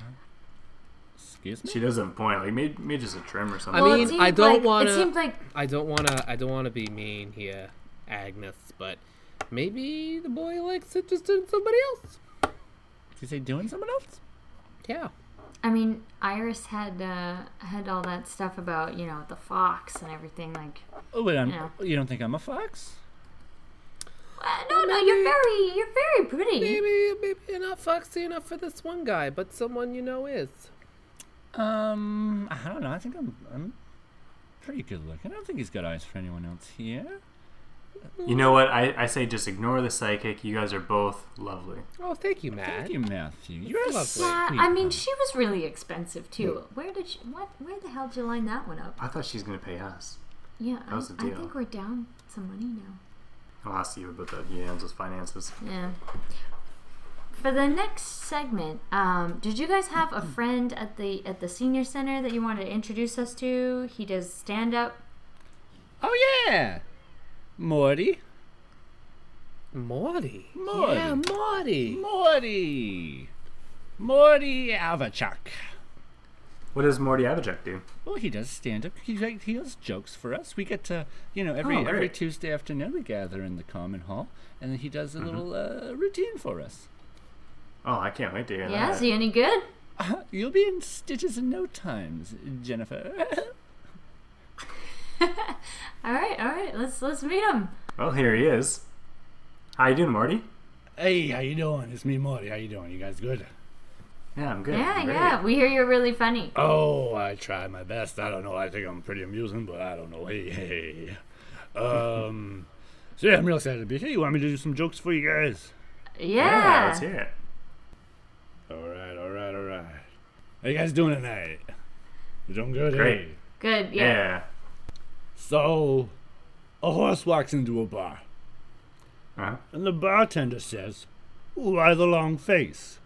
C: excuse me.
D: She doesn't point. Like made made just a trim or something.
B: I mean,
F: it seemed
B: I don't
F: like,
B: wanna-
F: It seemed like
B: I don't wanna, I don't wanna be mean here, Agnes, but maybe the boy likes interested in somebody else.
C: Did you say doing someone else?
B: Yeah.
F: I mean, Iris had uh, had all that stuff about you know the fox and everything. Like,
C: Oh, wait, I'm,
F: Yeah.
C: you don't think I'm a fox?
F: uh, no, no, you're very, you're very pretty.
B: Maybe, maybe you're not foxy enough for this one guy, but someone you know is.
C: Um, I don't know. I think I'm I'm pretty good looking. I don't think he's got eyes for anyone else here.
D: you know what? I, I say just ignore the psychic. You guys are both lovely.
B: Oh, thank you, Matt.
C: Thank you, Matthew. You're a
B: Lovely.
C: sweet.
F: Yeah, Uh, I mean,
C: one.
F: she was really expensive too. Where did she? What? Where the hell did you line that one up?
D: I thought she's gonna pay us.
F: Yeah, I,
D: was the
F: I
D: deal.
F: think we're down some money now.
D: I'll ask you about that. He handles finances.
F: Yeah. For the next segment, um, did you guys have
D: Mm-hmm.
F: a friend at the at the senior center that you wanted to introduce us to? He does stand up.
C: Oh yeah, Morty.
B: Morty.
C: Morty.
B: Yeah, Morty.
C: Morty. Morty Avachuk.
D: What does Morty Abject do?
G: Well, he does stand up. He like, he does jokes for us. We get to you know every
D: Oh,
G: every
D: right.
G: Tuesday afternoon we gather in the common hall, and then he does
C: Mm-hmm.
G: a little uh, routine for us.
D: Oh, I can't wait to hear
F: Yeah,
D: that.
F: is he any good?
G: You'll be in stitches in no times, Jennifer.
J: All right, all right. Let's let's meet him.
D: Well, here he is. How you doing, Morty?
C: Hey, how you doing? It's me, Morty. How you doing? You guys good?
D: Yeah, I'm good.
F: Yeah,
D: I'm great.
F: yeah. We hear you're really funny.
C: Oh, I try my best. I don't know. I think I'm pretty amusing, but I don't know. Hey, hey. Um, [laughs] so yeah, I'm real excited to be here. You want me to do some jokes for you guys?
D: Yeah,
F: Yeah.
D: let's hear it.
C: All right, all right, all right. How you guys doing tonight? You doing good?
D: Great.
C: Hey?
F: Good. Yeah.
D: Yeah.
C: So, a horse walks into a bar,
D: Uh-huh.
C: and the bartender says, "Why the long face?"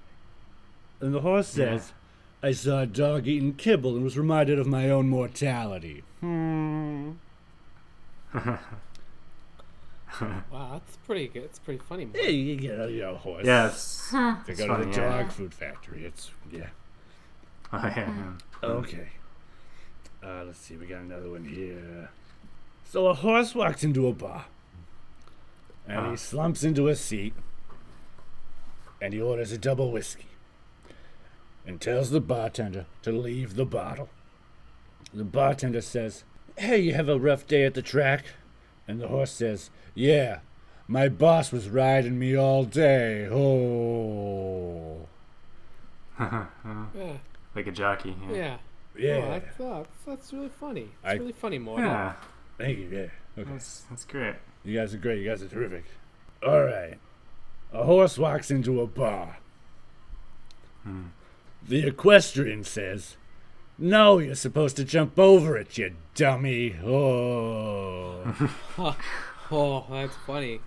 C: And the horse says, "I saw a dog eating kibble and was reminded of my own mortality."
B: Wow, that's pretty good. It's pretty funny.
C: Yeah, you get a you know, horse.
D: Yeah, it's,
C: They
D: it's
C: go to
D: funny,
C: the
D: yeah.
C: dog food factory. It's yeah.
D: Oh, yeah, yeah.
C: Okay. Uh, let's see. We got another one here. So a horse walks into a bar, and he slumps into a seat, and he orders a double whiskey, and tells the bartender to leave the bottle. The bartender says, "Hey, you have a rough day at the track," and the horse says, "Yeah." My boss was riding me all day. Oh.
B: Yeah,
D: Like a jockey. Yeah.
B: yeah.
C: Yeah.
B: Oh, that's, oh, that's, that's really funny. It's
C: I-
B: really funny, Morty.
D: Yeah,
C: Thank you. Yeah. Okay.
D: That's, that's great.
C: You guys are great. You guys are terrific. All right. A horse walks into a bar. The equestrian says, No, you're supposed to jump over it, you dummy. Oh.
B: Oh, that's funny.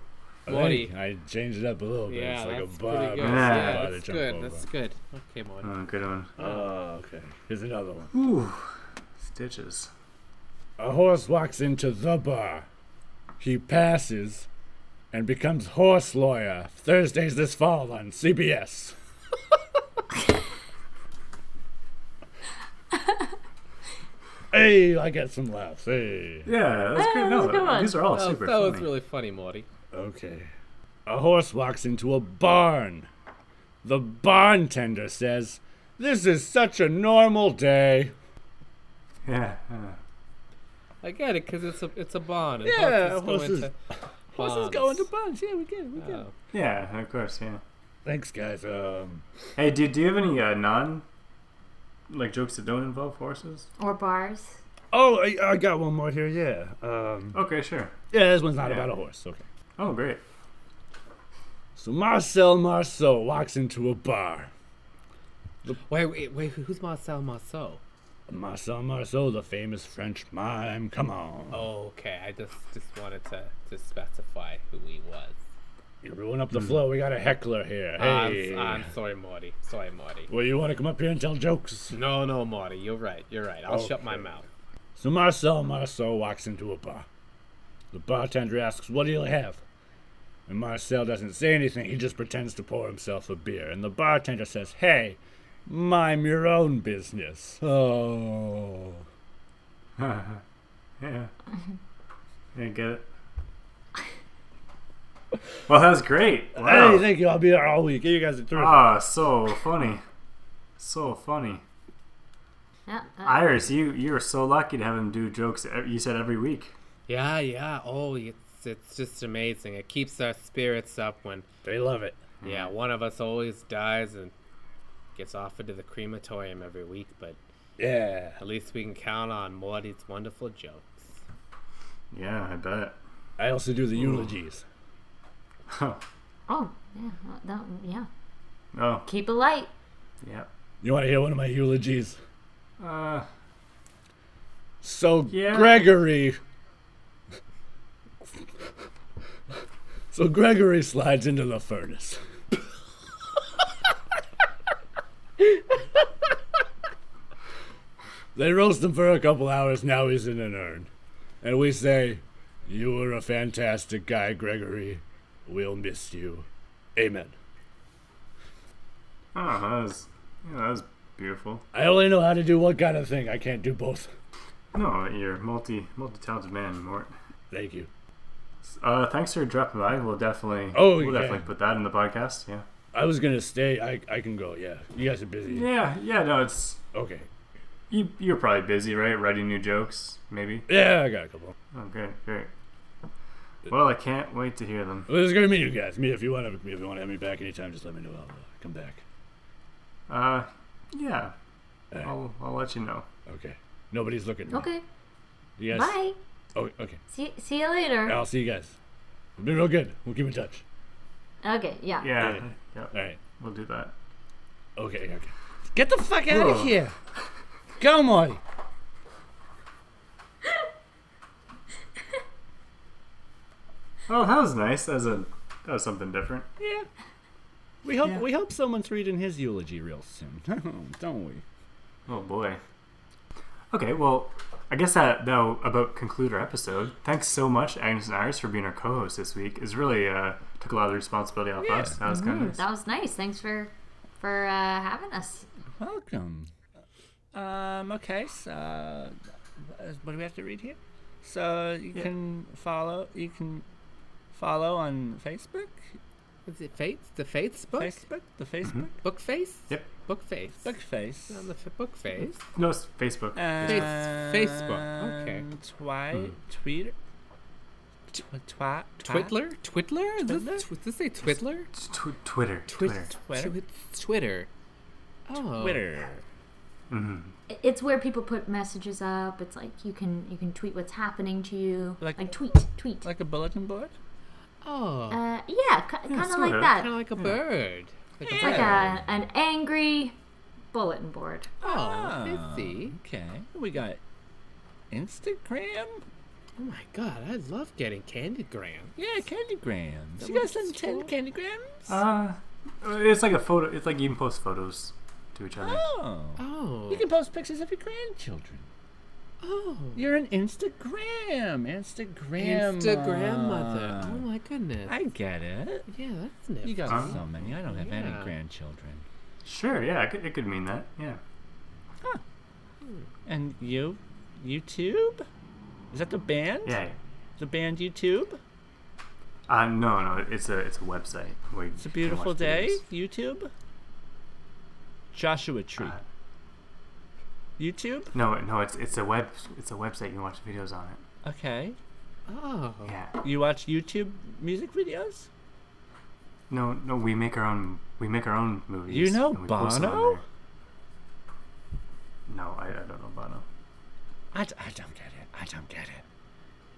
C: I
B: Morty.
C: think I changed it up a little bit.
B: Yeah,
C: it's like
B: that's
C: a
B: pretty
C: bar.
B: good.
C: but it's
D: Yeah.
C: a
B: Yeah,
C: bar to
B: that's
C: jump
B: good.
C: over.
B: That's good. Okay, Morty.
D: Oh, good one.
C: Oh, okay. Here's another one.
D: Ooh, stitches.
C: A horse walks into the bar. He passes and becomes horse lawyer. Thursdays this fall on CBS. hey, I got some laughs. Hey.
D: Yeah, that's
F: Ah,
D: great. No, these are all
B: Oh, That, was-
D: super
B: that was
D: funny.
B: really funny, Morty.
C: Okay. A horse walks into a barn. The bartender says, This is such a normal day.
D: Yeah, yeah.
B: I get it because it's a it's a bond. and horses,
C: Yeah,
B: go
C: horses-
B: into
C: Horses
B: bonds.
C: go into barns. Yeah, we get it. We get it.
B: Oh.
D: yeah, of course, yeah.
C: Thanks, guys. Um,
D: Hey, dude, do you have any uh, non, like jokes that don't involve horses?
F: Or bars.
C: oh, I, I got one more here. Yeah. Um,
D: Okay, sure.
C: Yeah, this one's not
D: Yeah.
C: about a horse. Okay.
D: Oh, great.
C: So Marcel Marceau walks into a bar.
B: Wait, wait, wait. Who's Marcel Marceau?
C: Marcel Marceau, the famous French mime. Come on.
B: Oh, Okay, I just just wanted to to specify who he was.
C: You ruin up the
D: Hmm.
C: flow. We got a heckler here.
B: I'm,
C: Hey.
B: I'm sorry, Morty. Sorry, Morty.
C: Well, you want to come up here and tell jokes?
B: No, no, Morty. You're right. You're right. I'll shut my mouth.
C: So Marcel Marceau walks into a bar. The bartender asks, What do you have? And Marcel doesn't say anything. He just pretends to pour himself a beer. And the bartender says, Hey, mime your own business. Oh.
D: Yeah.
C: [laughs]
D: Yeah, get it. Well, that was great.
C: [laughs]
D: Wow.
C: Hey, thank you. I'll be here all week. You guys are terrific.
D: Ah, so funny. So funny.
F: Yeah. uh,
D: Iris, you you are so lucky to have him do jokes. ev- You said every week.
B: Yeah, yeah. Oh, it's it's just amazing. It keeps our spirits up when
C: they love it.
B: yeah one of us always dies and gets offered to the crematorium every week, but
C: Yeah.
B: at least we can count on Morty's wonderful jokes.
D: Yeah, I bet.
C: I also do the eulogies.
F: Oh, yeah. well, That, yeah.
D: Oh,
F: Keep it light.
D: yeah.
C: You want to hear one of my eulogies?
D: Uh,
C: So
D: Yeah.
C: Gregory. so Gregory slides into the furnace. they roast him for a couple hours. Now he's in an urn, and we say, "You were a fantastic guy, Gregory. We'll miss you." Amen.
D: I don't know. That was, oh, yeah, that was Beautiful.
C: I only know how to do one kind of thing. I can't do both.
D: No, you're multi multi talented man, Mort.
C: Thank you.
D: Uh, thanks for dropping by. We'll definitely
C: Oh,
D: we'll
C: yeah.
D: definitely put that in the podcast. Yeah.
C: I was gonna stay. I I can go. Yeah. You guys are busy.
D: Yeah. Yeah. No, it's
C: Okay.
D: you. You're probably busy, right? Writing new jokes, maybe.
C: Yeah, I got a couple.
D: Oh, great, great. Well, I can't wait to hear them.
C: Well, it was good to meet you guys. Me, if you want to, if you want to have me back anytime, just let me know. I'll uh, come back.
D: Uh, yeah.
C: All right.
D: I'll I'll let you know.
C: [laughs] Okay. Nobody's looking.
F: Okay.
C: Yes.
F: Bye.
C: Oh, okay.
F: See, see you later.
C: I'll see you guys. I'm doing real good. We'll keep in touch.
F: Okay. Yeah.
D: Yeah.
C: Yeah.
D: Yep.
C: All right.
D: We'll do that.
C: Okay. Okay.
K: Get the fuck out
D: Ugh.
K: of here. Go, Marty.
D: Oh, that was nice. That was a that was something different.
G: Yeah. We hope
D: Yeah.
G: we hope someone's reading his eulogy real soon, [laughs] don't we?
D: Oh boy. Okay, well, I guess that that'll about conclude our episode. Thanks so much, Agnes and Iris, for being our co-hosts this week. It's really uh, took a lot of the responsibility off us. That was kind
G: Mm-hmm.
D: of nice.
F: Mm, That was nice. Thanks for for uh, having us.
G: Welcome. Um, okay, so uh, what do we have to read here? So you can follow you can follow on Facebook.
B: Was it Fates? The Fates book? Mm-hmm.
G: Facebook? The Facebook?
B: Book face?
D: Yep.
B: Book face.
G: Book face.
B: On the f- book face.
D: No, it's Facebook.
G: Uh, And
B: Facebook, okay. Hmm.
G: Twi- Twitter. Tw- twi- twi-
B: Twiddler? Twiddler? Is this,
G: Twiddler?
B: tw- does this say Twiddler?
D: It's tw- Twitter. Twitter.
G: Twitter.
B: Twi- Twitter. Oh.
G: Twitter.
F: I- It's where people put messages up. It's like you can you can tweet what's happening to you.
G: Like-
F: Like, tweet, tweet.
G: Like a bulletin board?
B: Oh.
F: uh, yeah, ki kind of
D: sort
F: like
D: of.
F: that.
B: kind of like a bird. Like
F: It's
B: a
F: like
B: bird.
F: a, an angry bulletin board.
G: Ah.
B: Oh, fancy.
G: Okay. We got Instagram?
B: Oh my god, I love getting candygram.
G: Yeah, Candygrams. You
B: one
G: guys send
B: that's
G: 10
B: cool.
G: Candygrams?
D: Uh, it's like a photo. It's like you can post photos to each other.
G: oh.
B: Oh.
G: You can post pictures of your grandchildren.
B: oh.
G: You're an Instagram. Instagram.
B: Instagram mother. Oh my goodness.
G: uh, I get it.
B: yeah, that's nifty.
G: You got
D: Huh?
G: so many. I don't have
B: Yeah.
G: any grandchildren.
D: Sure. Yeah, it could, it could mean that. Yeah.
G: And you? YouTube? Is that the band?
D: Yeah.
G: The band YouTube?
D: Uh, no, no, it's a it's a website. Where you
G: It's a
D: can
G: beautiful
D: watch
G: day.
D: videos.
G: YouTube? Joshua Tree.
D: Uh,
G: YouTube?
D: No, no, it's it's a web it's a website you can watch videos on it.
G: Okay.
B: oh.
D: Yeah.
G: You watch YouTube music videos?
D: No, no, we make our own. We make our own movies.
G: You know
D: and we post them on
G: Bono?
D: there. No, I, I don't know Bono.
G: I, d- I don't get it. I don't get it.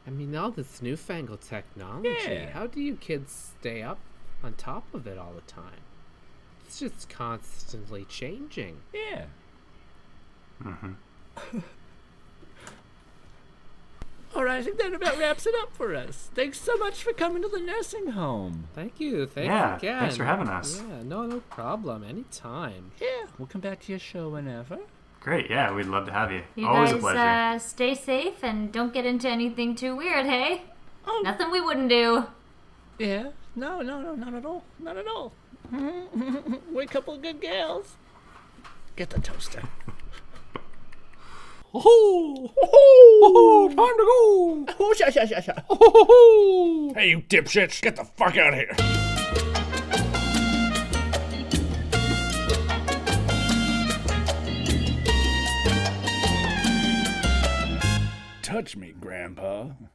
B: I mean, all this newfangled technology.
G: Yeah.
B: How do you kids stay up on top of it all the time? It's just constantly changing.
G: Yeah.
B: Mm-hmm.
G: [laughs] All right, I think that about wraps it up for us. Thanks so much for coming to the nursing home.
B: Thank you. Thanks
D: Yeah,
B: again.
D: thanks for having us.
B: Yeah, no, no problem. Anytime.
G: Yeah, we'll come back to your show whenever.
D: Great. Yeah, we'd love to have you.
F: You
D: Always a
F: guys
D: pleasure.
F: uh, stay safe and don't get into anything too weird, hey?
G: Oh.
F: Nothing we wouldn't do.
G: Yeah. No, no, no, not at all. Not at all. [laughs] We're a couple of good gals. Get the
B: [laughs]
G: toaster.
B: Oh, oh, time to go.
G: Oh, sha, sha, sha, sha.
C: Hey, you dipshits! Get the fuck out of here. Touch me, Grandpa.